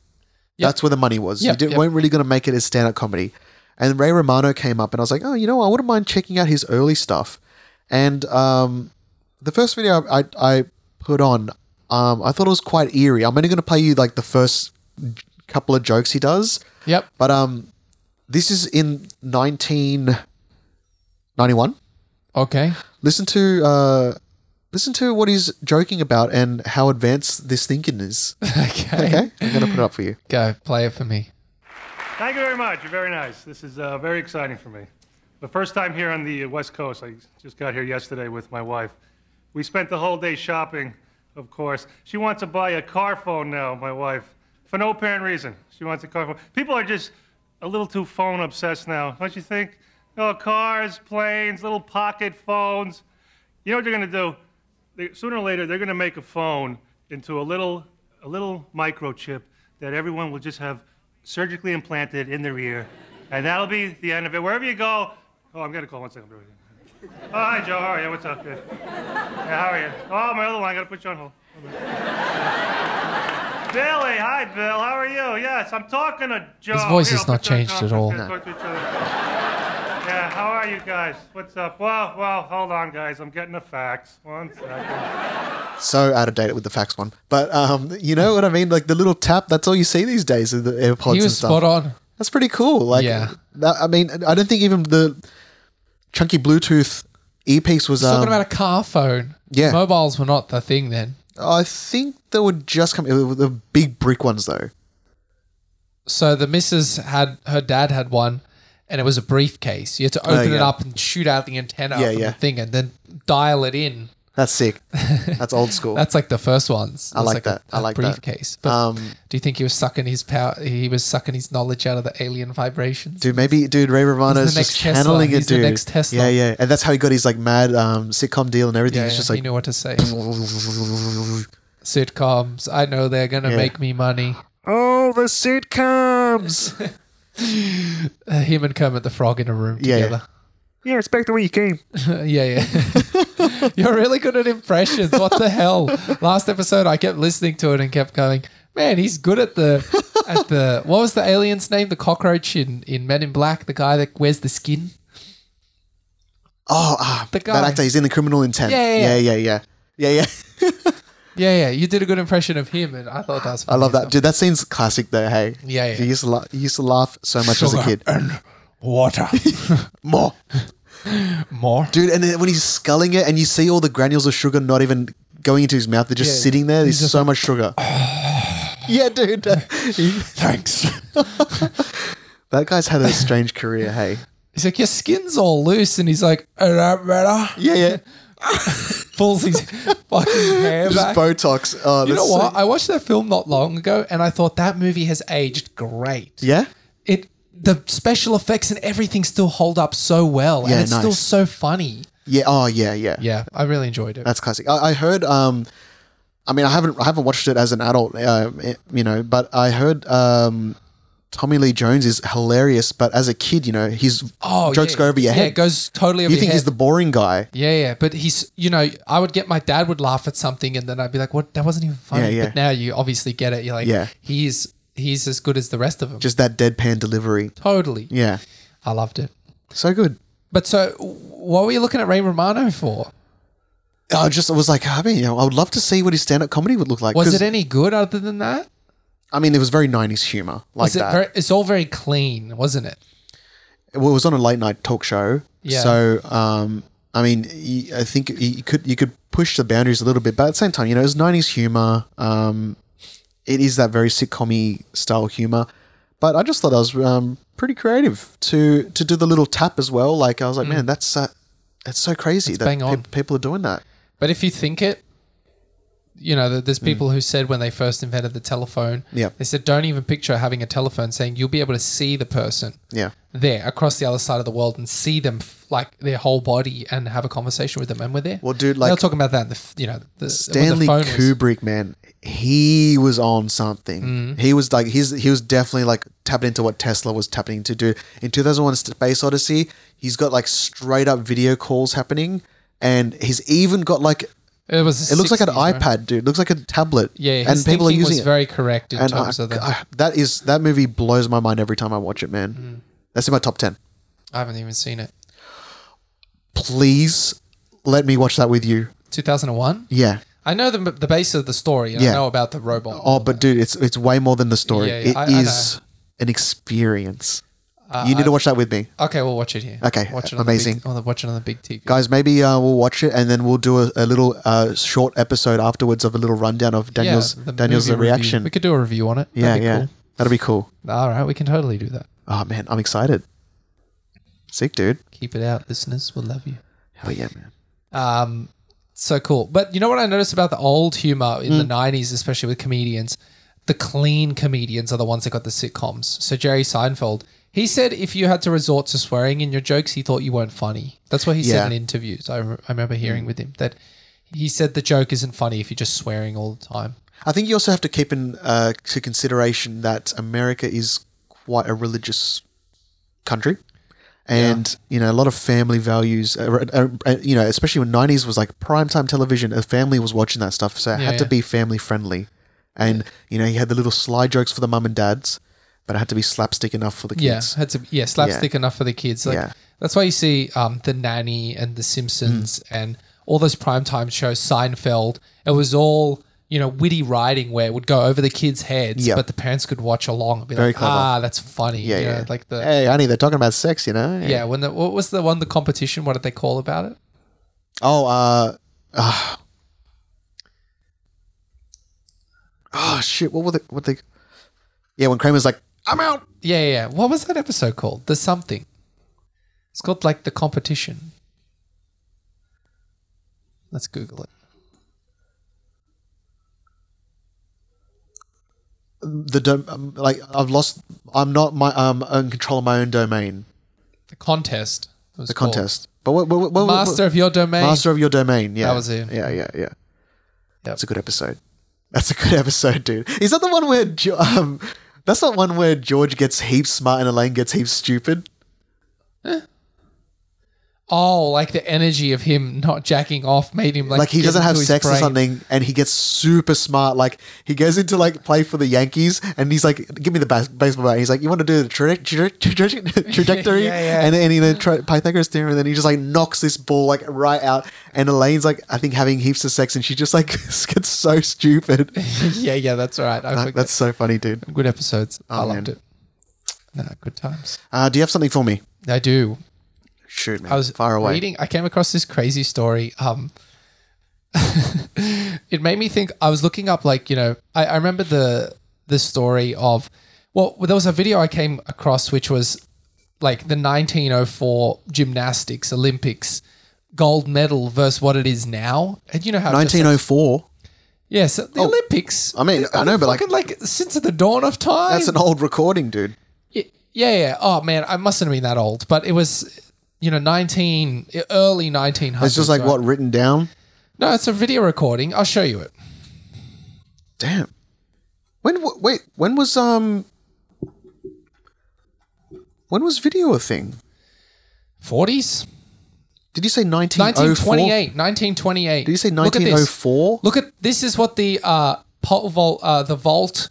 Yep. That's where the money was. Yep, you didn't, yep. weren't really going to make it as stand-up comedy. And Ray Romano came up, and I was like, oh, you know, I wouldn't mind checking out his early stuff. And um, the first video I, I put on, um, I thought it was quite eerie. I'm only going to play you like the first couple of jokes he does, Yep. but um, this is in 1991. Okay. Listen to uh, listen to what he's joking about and how advanced this thinking is. Okay. Okay, I'm gonna put it up for you. Go play it for me. Thank you very much. You're very nice. This is uh, very exciting for me. The first time here on the uh, West Coast, I just got here yesterday with my wife. We spent the whole day shopping, of course. She wants to buy a car phone now, my wife, for no apparent reason. She wants a car phone. People are just a little too phone obsessed now, don't you think? Oh, cars, planes, little pocket phones. You know what they're going to do? They, sooner or later, they're going to make a phone into a little, a little microchip that everyone will just have surgically implanted in their ear, and that'll be the end of it. Wherever you go, oh, I'm going to call one second. Oh, hi, Joe. How are you? What's up? Good. Yeah, how are you? Oh, my other line. I got to put you on hold. Billy, hi, Bill. How are you? Yes, I'm talking to Joe. His voice Here, has I'll not put you on changed at conference. all. Yeah, talk to each other. Yeah, how are you guys? What's up? Well, well, hold on, guys. I'm getting the facts. One second. So out of date with the fax one, but um, you know what I mean? Like the little tap. That's all you see these days with the AirPods He and was stuff. spot on. That's pretty cool. Like, Yeah. that- I mean, I don't think even the chunky Bluetooth earpiece was. Talking Um, about a car phone. Yeah. Mobiles were not the thing then. I think they were just coming. The big brick ones though. So the missus had her dad had one, and it was a briefcase. You had to open Oh, it yeah. up and shoot out the antenna Yeah, from yeah. the thing, and then dial it in. That's sick. That's old school. That's like the first ones. I like that. I like that. Um, briefcase. But do you think he was sucking his power? He was sucking his knowledge out of the alien vibrations. Dude, maybe dude Ray Romano's He's the just next Tesla. channeling He's it, the dude. next Tesla. Yeah, yeah, and that's how he got his like mad um, sitcom deal and everything. Yeah, it's just he like, knew what to say. Sitcoms. I know they're gonna make me money. oh, the sitcoms. Uh, him and Kermit the Frog in a room Yeah, yeah. together. yeah, it's back the way you came. Yeah, yeah. You're really good at impressions. What the hell? Last episode, I kept listening to it and kept going, man, he's good at the at the what was the alien's name? The cockroach in in Men in Black, the guy that wears the skin. Oh, ah, The that guy. actor. He's in the criminal intent. Yeah, yeah, yeah, yeah, yeah, yeah. yeah. Yeah, yeah. You did a good impression of him, and I thought that was. I love that, dude. That scene's classic though. Hey, Yeah, yeah. You used to laugh. You used to laugh so much as a Sugar kid. and water. More, More. dude. And then when he's sculling it, and you see all the granules of sugar not even going into his mouth; they're just Yeah. sitting there. There's so much sugar. yeah, dude. Thanks. That guy's had a strange career, hey? He's like, your skin's all loose, and he's like, "It don't matter." Yeah, yeah. Pulls his fucking hair Just back. Botox. Oh, you know that's so- what? I watched that film not long ago, and I thought that movie has aged great. yeah? it the special effects and everything still hold up so well Yeah, and it's still nice. so funny Yeah. Oh, yeah, yeah. yeah i really enjoyed it That's classic. I, I heard. Um, I mean, I haven't I haven't watched it as an adult, uh, you know, but I heard um, Tommy Lee Jones is hilarious. But as a kid, you know, his jokes Oh, yeah. go over your yeah it head. goes totally over you think your he's the head. boring guy? yeah yeah but he's you know i would get my dad would laugh at something and then i'd be like what that wasn't even funny Yeah, yeah. but now you obviously get it you're like Yeah. he's he's as good as the rest of them Just that deadpan delivery. totally Yeah, i loved it so good. but so what were you looking at ray romano for I just I was like, I mean, you know, I would love to see what his stand up comedy would look like. was 'cause, it any good other than that I mean, it was very nineties humor like was it that. very, it's all very clean wasn't it well, it was on a late night talk show. Yeah. So, um, I mean, y- I think you could you could push the boundaries a little bit, but at the same time, you know, it's nineties humor. Um, it is that very sitcom style humor, but I just thought I was um, pretty creative to to do the little tap as well. Like I was like, man, that's uh, that's so crazy that Mm. bang pe- on. people are doing that. But if you think it, you know, th- there's people who said when they first invented the telephone, Mm. Yeah. they said, don't even picture having a telephone saying you'll be able to see the person Yeah, there across the other side of the world and see them f- like their whole body and have a conversation with them. And we're there. Well, dude, they were like- talking about that, in the, f- you know, the, Stanley when the phone was- Kubrick, man, he was on something. Mm. He was like, he's he was definitely like tapping into what Tesla was tapping into. Dude, in 2001: Space Odyssey, he's got like straight up video calls happening, and he's even got like It was. it looks like an 60s, right? iPad, dude. Looks like a tablet. Yeah, and people are thinking using was it. very correct in and I- terms of that. I, I- that is that movie blows my mind every time I watch it, man. Mm. That's in my top ten. haven't even seen it. Please let me watch that with you. 2001. Yeah. I know the the base of the story. And I Yeah. know about the robot. Oh, but dude, it's it's way more than the story. Yeah, It yeah, is I- I an experience. Uh, you need to watch that with me, okay, we'll watch it here. Okay, watch it amazing. On the big, on the, watch it on the big TV. guys. Maybe uh, we'll watch it and then we'll do a, a little uh, short episode afterwards of a little rundown of Daniel's the Daniel's movie review. reaction. We could do a review on it. yeah, That'd be yeah, that'll be cool. Cool. All right, we can totally do that. Oh man, I'm excited. Sick, dude. Keep it out, listeners. We'll love you. Hell yeah, man. Um, so cool. But you know what I noticed about the old humor in Mm. the '90s, especially with comedians, the clean comedians are the ones that got the sitcoms. So Jerry Seinfeld, he said if you had to resort to swearing in your jokes, he thought you weren't funny. That's what he said Yeah. Mm. in interviews. I, re- I remember hearing with him that he said the joke isn't funny if you're just swearing all the time. I think you also have to keep in uh, to consideration that America is quite a religious country, and you know a lot of family values. Uh, uh, uh, you know, especially when nineties was like primetime television, a family was watching that stuff, so it Yeah, had to yeah. be family friendly. And you know, you had the little sly jokes for the mum and dads, but it had to be slapstick enough for the Yeah, kids. had to yeah slapstick enough for the kids. Like, Yeah. That's why you see um, the nanny and the Simpsons Mm. and all those primetime shows, Seinfeld. It was all you know witty writing where it would go over the kids' heads, Yeah. but the parents could watch along and be Very like, clever. ah, that's funny. Yeah, you yeah. Eh, know, like the hey, honey, they're talking about sex, you know? yeah. When the what was the one the competition? What did they call about it? Oh, uh, ah. oh shit! What were they? What they? Yeah, when Kramer's like, "I'm out." Yeah, yeah. yeah. What was that episode called? The something. It's called like the competition. Let's Google it. The dom- um, like, I've lost. I'm not my um in control of my own domain. The contest. it was The called. contest, but what? what, what, what- what- Master of your domain. master of your domain. Yeah, That was it. Yeah, yeah, yeah. That's Yep. a good episode. That's a good episode, dude. Is that the one where jo- um, that's not one where George gets heaps smart and Elaine gets heaps stupid? Oh, like the energy of him not jacking off made him like like he get doesn't into have his sex or brain. something and he gets super smart like he goes into like play for the yankees and he's like give me the bas- baseball bat he's like you want to do the traje- traje- traje- trajectory Yeah, yeah. and then he then tri- pythagoras theorem and then he just like knocks this ball like right out and elaine's like i think having heaps of sex and she just like gets so stupid yeah, yeah, that's right. I Like, forget. that's so funny dude good episodes. I Oh, loved man. it. No, good times. uh, do you have something for me I do. shoot man I was far away reading. I came across this crazy story. Um, it made me think. I was looking up, like you know, I, I remember the the story of Well, there was a video I came across which was like the 1904 gymnastics Olympics gold medal versus what it is now. And you know how it just- 1904. yeah, so the Olympics. Oh. I mean, I know, but, like- fucking, like since the dawn of time. That's an old recording, dude. Y- yeah, yeah. Oh man, I mustn't have been that old, but it was, you know, nineteen early nineteen hundreds. It's just like right? what written down. No, it's a video recording. I'll show you it. Damn. When w- wait, when was um when was video a thing? Forties, Did you say 1904? 1928, 1928. Did you say Look at this. 1904? Look at this. Is what the uh, pole vault, uh, the vault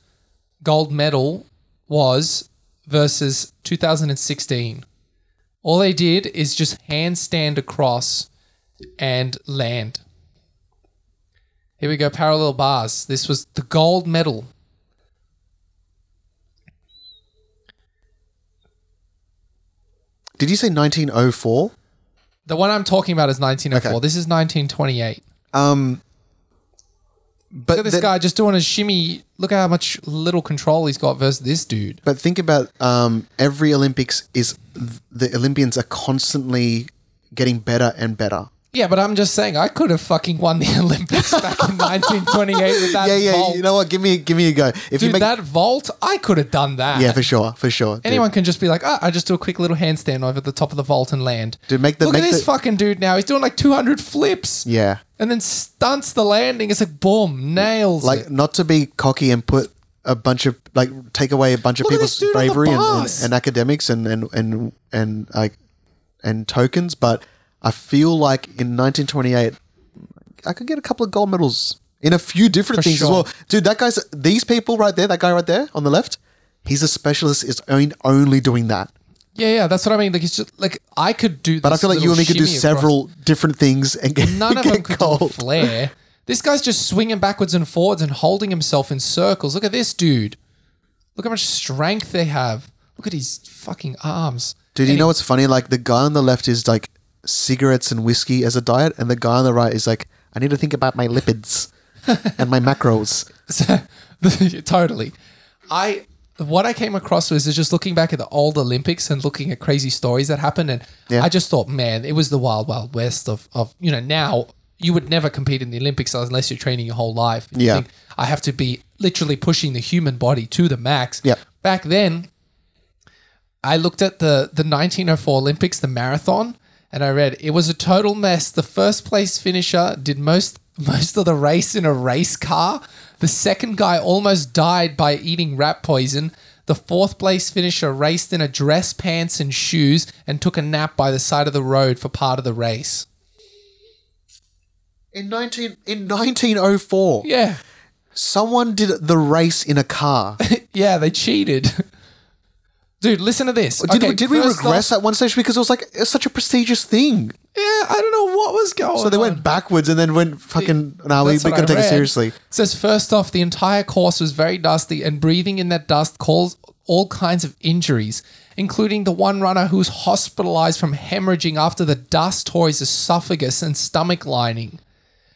gold medal was versus 2016. All they did is just handstand across and land. Here we go, parallel bars. This was the gold medal. Did you say 1904? The one I'm talking about is 1904. Okay. This is 1928. Um but Look at this then- guy just doing a shimmy. Look at how much little control he's got versus this dude. But think about um, every Olympics is the Olympians are constantly getting better and better. Yeah, but I'm just saying I could have fucking won the Olympics back in 1928 with that Yeah, yeah. vault. You know what? Give me, give me a go. If Dude, you make, that vault, I could have done that. yeah, for sure, for sure. dude. Anyone can just be like, ah, I just do a quick little handstand over the top of the vault and land. Dude, make the- Look make at this the- fucking dude now. He's doing like 200 flips. yeah. And then stunts the landing. It's like, boom, nails. Like it. not to be cocky and put a bunch of like take away a bunch of Look at people's this dude on the bravery and, and, bus. and academics and and and and like and tokens, but I feel like in 1928, I could get a couple of gold medals in a few different For things sure. as well. Dude, that guy's these people right there. That guy right there on the left, he's a specialist. Is only only doing that. yeah, yeah, that's what I mean. Like, it's just like I could do But I feel like you and me could do several different things and get, None of get them could do a gold. flare. This guy's just swinging backwards and forwards and holding himself in circles. Look at this dude. Look how much strength they have. Look at his fucking arms. Dude, you know what's funny? Like the guy on the left is like cigarettes and whiskey as a diet, and the guy on the right is like, I need to think about my lipids and my macros. So, totally. I what I came across was is just looking back at the old Olympics and looking at crazy stories that happened, and Yeah. I just thought, man, it was the wild, wild west of of you know now you would never compete in the Olympics unless you're training your whole life. And you Yeah. I have to be literally pushing the human body to the max. Yeah. Back then, I looked at the the 1904 Olympics, the marathon, and I read it was a total mess. The first place finisher did most most of the race in a race car. The second guy almost died by eating rat poison. The fourth place finisher raced in a dress, pants, and shoes and took a nap by the side of the road for part of the race. In nineteen in nineteen oh four, Yeah. someone did the race in a car. yeah, they cheated. Dude, listen to this. Did, we, Okay, did we first off- regress at one stage because it was like it's such a prestigious thing? yeah, I don't know what was going on. So they went backwards and then went fucking. Now we, we That's what gotta I take it read. seriously. says first off, the entire course was very dusty, and breathing in that dust caused all kinds of injuries, including the one runner who was hospitalized from hemorrhaging after the dust tore his esophagus and stomach lining.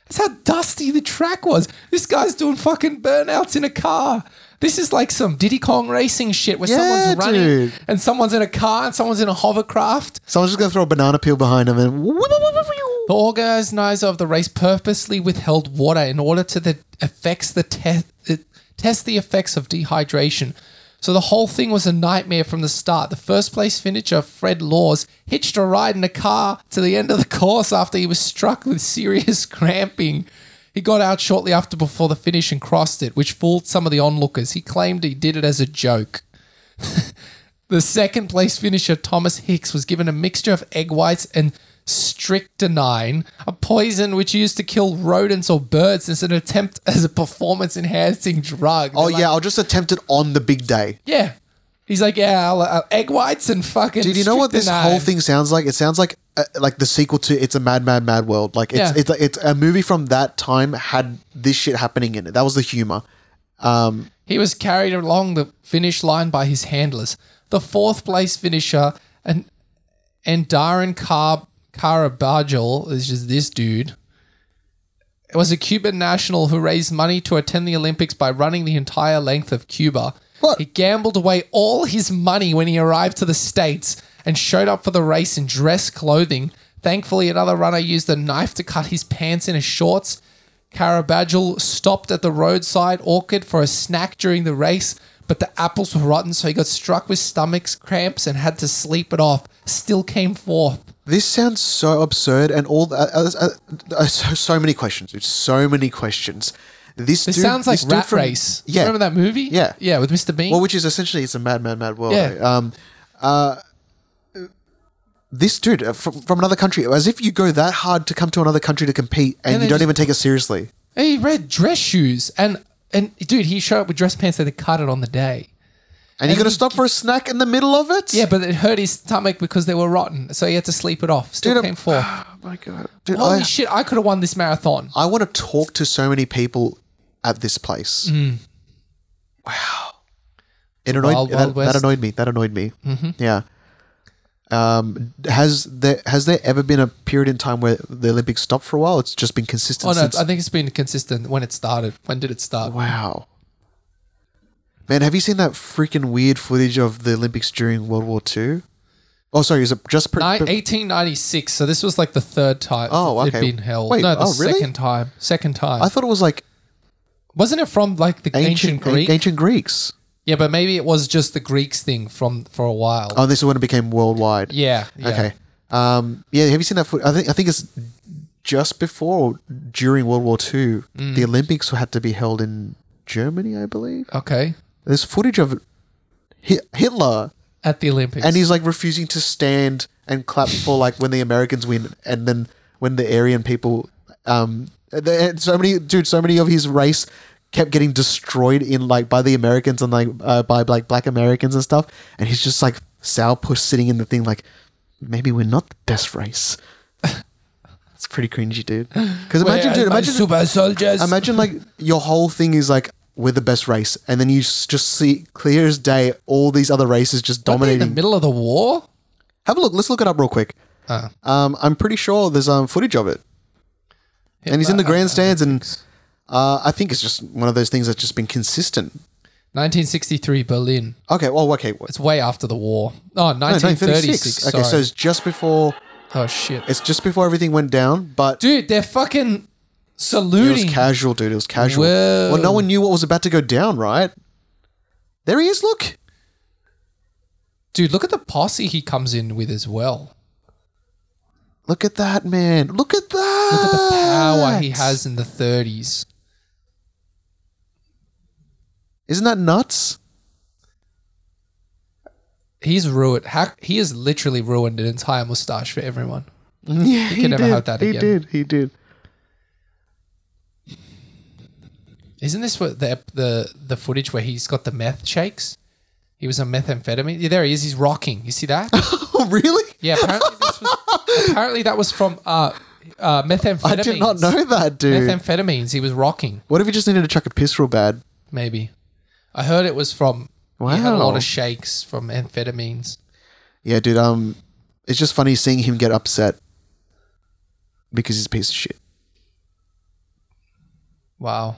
That's how dusty the track was. This guy's doing fucking burnouts in a car. This is like some Diddy Kong racing shit where Yeah, someone's running dude. and someone's in a car and someone's in a hovercraft. Someone's just gonna throw a banana peel behind him and. The organizer of the race purposely withheld water in order to the affects the te- uh, test the effects of dehydration. So the whole thing was a nightmare from the start. The first place finisher, Fred Laws, hitched a ride in a car to the end of the course after he was struck with serious cramping. He got out shortly after before the finish and crossed it, which fooled some of the onlookers. He claimed he did it as a joke. The second place finisher, Thomas Hicks, was given a mixture of egg whites and strychnine, a poison which used to kill rodents or birds as an attempt as a performance enhancing drug. Oh They're like, yeah, I'll just attempt it on the big day. Yeah. He's like, yeah, I'll, uh, egg whites and fucking. Dude, you know what this strychnine." whole thing sounds like? It sounds like uh, like the sequel to "It's a Mad Mad Mad World." Like it's Yeah. it's it's a movie from that time had this shit happening in it. That was the humor. He was carried along the finish line by his handlers. The fourth place finisher, and and Darren Car- Carabajal, is just this dude, was a Cuban national who raised money to attend the Olympics by running the entire length of Cuba. What? He gambled away all his money when he arrived to the States and showed up for the race in dress clothing. Thankfully, another runner used a knife to cut his pants and his shorts. Carabajal stopped at the roadside orchard for a snack during the race, but the apples were rotten, so he got struck with stomach cramps and had to sleep it off. Still came fourth. This sounds so absurd, and all the, uh, uh, uh, so, so many questions. Dude, so many questions. This, This dude- sounds like this dude Rat from- Race. Yeah, Remember that movie? Yeah. Yeah, with Mr. Bean. Well, which is essentially it's a mad, mad, mad world. Yeah. right? Um, uh, this dude uh, from, from another country, as if you go that hard to come to another country to compete and, And you they don't just- even take it seriously. he read dress shoes and and dude, he showed up with dress pants that had cut it on the day. And, you're And going to he- stop for a snack in the middle of it? Yeah, but it hurt his stomach because they were rotten, so he had to sleep it off. Still Dude, I'm- came fourth. Oh my God. Dude, Holy I, shit! I could have won this marathon. I want to talk to so many people at this place. Wow. It annoyed Mm. wild, that, wild that west. Mm-hmm. annoyed me. That annoyed me. Yeah. Um, has there has there ever been a period in time where the Olympics stopped for a while? It's just been consistent Oh no, since I think it's been consistent when it started. When did it start? Wow. Man, have you seen that freaking weird footage of the Olympics during World War II? Oh, sorry, is it just pre- Ni- pre- 1896. So this was like the third time Oh, it'd okay. been held. Wait, no, the oh, really? second time. Second time. I thought it was like Wasn't it from like the ancient, ancient a- Greek? ancient Greeks. yeah, but maybe it was just the Greeks thing from for a while. Oh, this is when it became worldwide. yeah, yeah. Okay. Um, yeah, have you seen that foot? I think I think it's just before or during World War II. Mm. The Olympics had to be held in Germany, I believe. Okay. There's footage of Hi- Hitler At the Olympics. and he's like refusing to stand and clap for like when the Americans win, and then when the Aryan people, um, the- and so many dude, so many of his race kept getting destroyed in like by the Americans and like uh, by like black Americans and stuff, and he's just like sourpuss sitting in the thing like, maybe we're not the best race. It's pretty cringy, dude. Because imagine, dude, imagine super soldiers. Imagine like your whole thing is like we're the best race, and then you s- just see clear as day all these other races just in the dominating. middle of the war. Have a look. Let's look it up real quick. Uh. Um, I'm pretty sure there's um footage of it, and he's in the grandstands, and uh, I think it's just one of those things that's just been consistent. 1963 Berlin. Okay. Well, okay. What? It's way after the war. Oh, No, 1936. 1936. Okay, so sorry. it's just before oh shit. it's just before everything went down, but Dude, they're fucking it was saluting. casual, dude. It was casual. Whoa. Well, no one knew what was about to go down, right? There he is. Look. Dude, look at the posse he comes in with as well. Look at that man. Look at that. Look at the power he has in the 30s. Isn't that nuts? He's ruined. How, he has literally ruined an entire mustache for everyone. Yeah, he, Mm-hmm. can never did. have that he again. did. He did. Isn't this what the the the footage where he's got the meth shakes? He was on methamphetamine. Yeah, there he is. He's rocking. You see that? Oh, really? Yeah. Apparently, this was, apparently that was from uh, uh, methamphetamines. I did not know that, dude. Methamphetamines. He was rocking. What if he just needed to chuck a piss real bad? Maybe. I heard it was from. He had a Wow. lot of shakes from amphetamines. Yeah, dude. Um, it's just funny seeing him get upset because he's a piece of shit. Wow.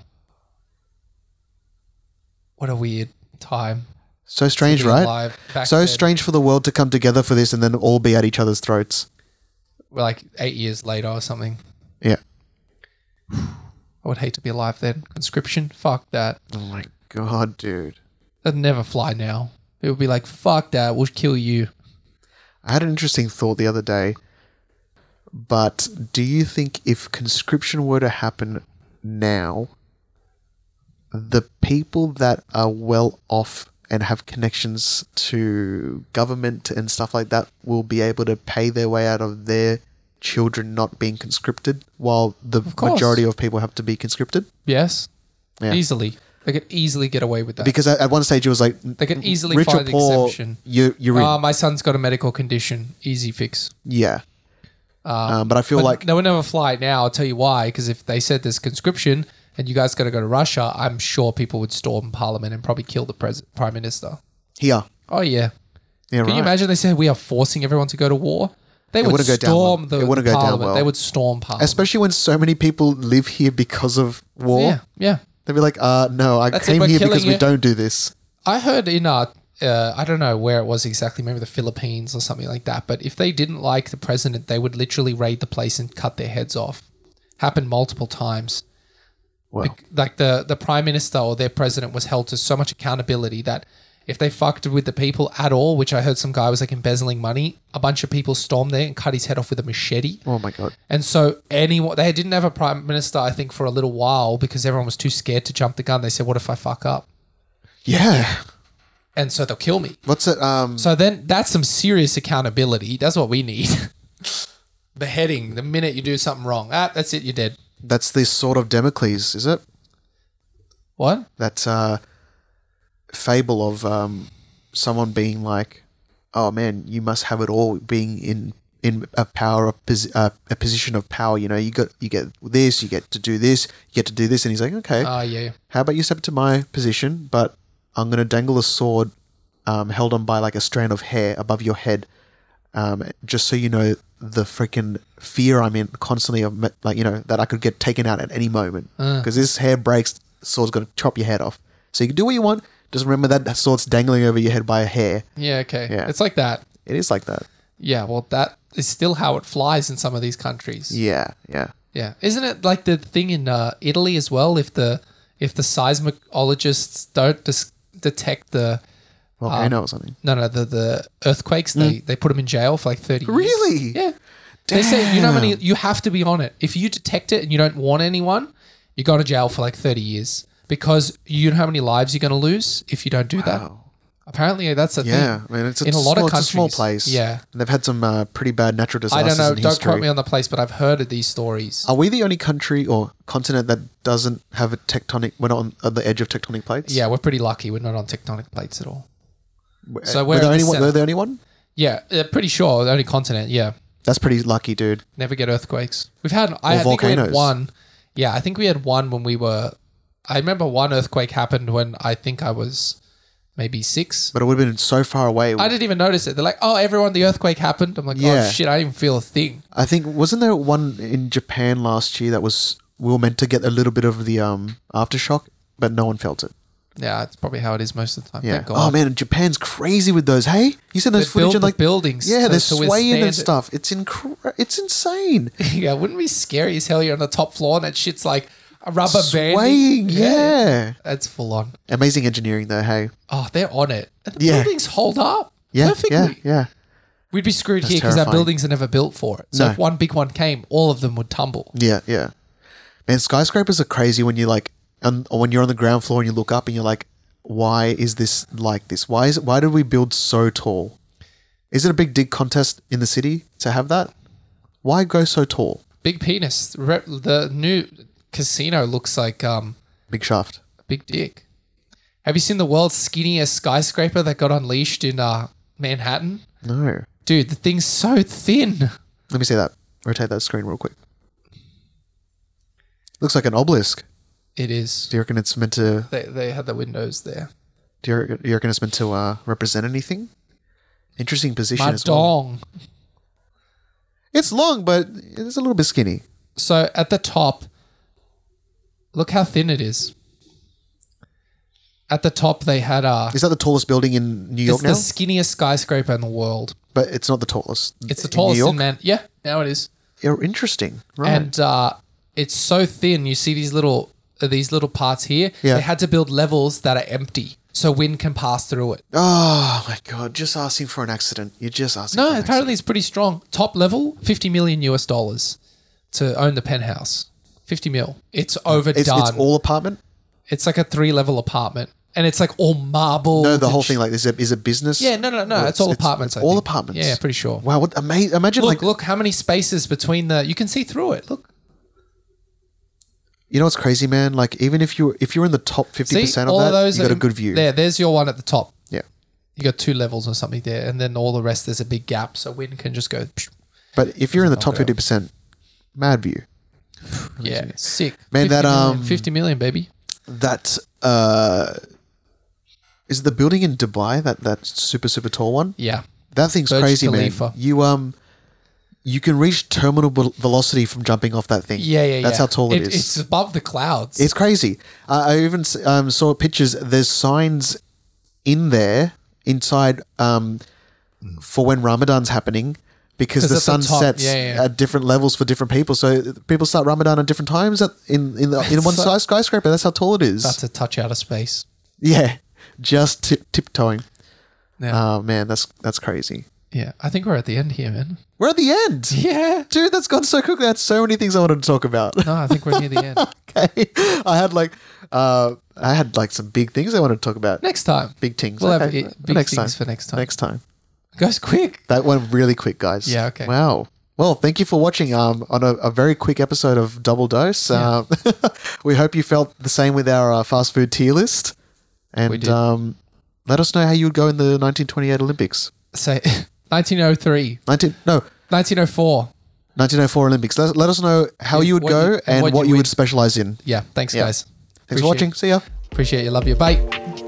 What a weird time. So strange, be right? alive back so then. strange for the world to come together for this and then all be at each other's throats. We're like eight years later or something. Yeah. I would hate to be alive then. Conscription? Fuck that. Oh my god, dude. That'd never fly now. It would be like, fuck that. We'll kill you. I had an interesting thought the other day. But do you think if conscription were to happen now, the people that are well off and have connections to government and stuff like that will be able to pay their way out of their children not being conscripted while the course. majority of people have to be conscripted? Yes. Yeah. Easily. They could easily get away with that. Because at at one stage it was like they could easily rich or find the poor, exception. you, you're in. Ah, my son's got a medical condition. Easy fix. yeah. um, but I feel uh, But like they would never fly now. I'll tell you why. Because if they said there's conscription and you guys got to go to Russia, I'm sure people would storm Parliament and probably kill the pres- prime minister. here, Oh yeah. yeah, Can right. you imagine they said we are forcing everyone to go to war? They would wouldn't go down storm well. the, It wouldn't the go down Parliament. well. They would storm Parliament. especially when so many people live here because of war. yeah, yeah. They'd be like, uh, no, I That's it, came we're here killing because we you." don't do this. I heard in uh, uh, I don't know where it was exactly, maybe the Philippines or something like that. But if they didn't like the president, they would literally raid the place and cut their heads off. Happened multiple times. Wow. Bec- like the the prime minister or their president was held to so much accountability that if they fucked with the people at all, which I heard some guy was like embezzling money, a bunch of people stormed there and cut his head off with a machete. Oh my god. And so anyone they didn't have a prime minister, I think, for a little while because everyone was too scared to jump the gun. They said, "What if I fuck up?" Yeah. And so they'll kill me. What's it? Um. So then that's some serious accountability. That's what we need. Beheading the minute you do something wrong. Ah, that's it. You're dead. That's the sword of Democles, is it? What? That uh, fable of um, someone being like, "Oh man, you must have it all." Being in in a power of posi- uh, a position of power, you know, you got you get this, you get to do this, you get to do this, and he's like, "Okay, Oh yeah. how about you step to my position, but I'm going to dangle a sword um, held on by like a strand of hair above your head, um, just so you know the freaking fear I'm in constantly of me- like you know that I could get taken out at any moment Ah. because this hair breaks, sword's going to chop your head off. So you can do what you want, just remember that that sword's dangling over your head by a hair. Yeah. Okay. Yeah. It's like that. It is like that. Yeah. Well, that is still how it flies in some of these countries. Yeah, yeah. Yeah, isn't it like the thing in uh, Italy as well? If the if the seismologists don't dis- detect the Volcano or something. no no the, the earthquakes, they they put them in jail for like thirty. years. Mm. Really? Yeah. They say you know how many you have to be on it. If you detect it and you don't warn anyone, you go to jail for like thirty years because you know how many lives you're going to lose if you don't do that. Wow. Apparently, that's the Yeah, thing. I mean it's a, in a small, lot of it's a countries. small place. Yeah. and they've had some uh, pretty bad natural I disasters. don't know. In Don't history. quote me on the place, but I've heard of these stories. Are we the only country or continent that doesn't have a tectonic? We're not on, on the edge of tectonic plates. Yeah, we're pretty lucky. We're not on tectonic plates at all. We're- so uh, we're, we're the in the only one. We're center. the only one. Yeah, uh, pretty sure. The only continent. Yeah, That's pretty lucky, dude. never get earthquakes. We've had. I, I think we had volcanoes. one. Yeah, I think we had one when we were. I remember one earthquake happened when I think I was maybe six. But it would have been so far away. I I, didn't even notice it. They're like, "Oh, everyone, the earthquake happened." I'm like, "Oh Yeah. shit, I didn't even feel a thing." think wasn't there one in Japan last year that was we were meant to get a little bit of the um aftershock, but no one felt it. Yeah, it's probably how it is most of the time. Yeah. Thank God. Oh man, Japan's crazy with those. Hey, you seen those They footage build of the like buildings Yeah, to- they're to swaying withstand it. and stuff. It's incre- It's insane. yeah, wouldn't it be scary as hell? You're on the top floor and that shit's like a rubber band. Swaying, yeah. that's full on. Amazing engineering though. Hey, Oh, they're on it. And the Yeah. buildings hold up yeah, perfectly. yeah, yeah. We'd be screwed here because our terrifying. buildings are never built for it. So No. if one big one came, all of them would tumble. Yeah, yeah. Man, skyscrapers are crazy when you like, on, or when you're on the ground floor and you look up and you're like, why is this like this? Why is why did we build so tall? Is it a big dig contest in the city to have that? Why go so tall? Big penis. Re- the new casino looks like um Big shaft. big dick. Have you seen the world's skinniest skyscraper that got unleashed in uh, Manhattan? No. Dude, the thing's so thin. Let me see that. Rotate that screen real quick. Looks like an obelisk. It is. Do you reckon it's meant to? They, they had the windows there. Do you reckon, you reckon it's meant to uh, represent anything? Interesting position My as well. dong. It's long, but it's a little bit skinny. So at the top, look how thin it is. At the top, they had uh, Is that the tallest building in New York it's now? the skinniest skyscraper in the world. but it's not the tallest. It's the In New tallest York? in man. Yeah, now it is. Yeah, interesting. Right. And uh, it's so thin. You see these little uh, these little parts here. Yeah. They had to build levels that are empty, so wind can pass through it. oh my god, just asking for an accident. You're just asking. for No, an apparently it's pretty strong. Top level, fifty million US dollars to own the penthouse. Fifty mil. It's overdone. accident. It's, It's, it's all apartment. like a three level apartment, and it's like all marble. No, the whole sh- thing like is it is it business? Yeah, no, no, no. Or It's, all apartments. it's I all think. apartments. Yeah, pretty sure. Wow, what amazing! Imagine Look, like look how many spaces between the. You can see through it. Look. you know what's crazy, man. Like even if you if you're in the top fifty See, percent all of that, of those you got are- a good view. There, there's your one at the top. Yeah, You got two levels or something there, and then all the rest there's a big gap, so wind can just go. psh, but if you're in the top Knock it out. fifty percent, mad view. Yeah, sick. Man, 50 that, million, um, fifty million, baby. That uh, is the building in Dubai that that super super tall one. Yeah, That thing's Burj crazy, Khalifa. man. You um, you can reach terminal vel- velocity from jumping off that thing. yeah, yeah. That's yeah. how tall it is. It's It's, above the clouds. crazy. Uh, I even s- um, saw pictures. There's signs in there inside um, for when Ramadan's happening because 'Cause the at the sun top, sets yeah, yeah. at different levels for different people. So people start Ramadan at different times at, in in, the, in one so- size skyscraper. That's how tall it is. That's a touch out of space. yeah, just tip, tiptoeing. Yeah. Oh man, that's that's crazy. yeah. I think we're at the end here, man. We're at the end, Yeah. dude. That's gone so quickly. That's so many things I wanted to talk about. No, I think we're near the end. okay, I had like uh, I had like some big things I wanted to talk about. Next time. Big things. We'll have Okay, i- big things for next time. Next time. Guys, quick. That went really quick, guys. Yeah, okay. Wow. Well, thank you for watching um, on a, a very quick episode of Double Dose. Um, we hope you felt the same with our uh, fast food tier list. We And did. um, let us know how you would go in the 1928 Olympics. Say 1903, 19, no, 1904. 1904 Olympics. Let, let us know how you would What go you- and what what you you would- would specialize in. Yeah. Thanks, guys. Thanks for watching. See ya. Appreciate you. Love you. Bye.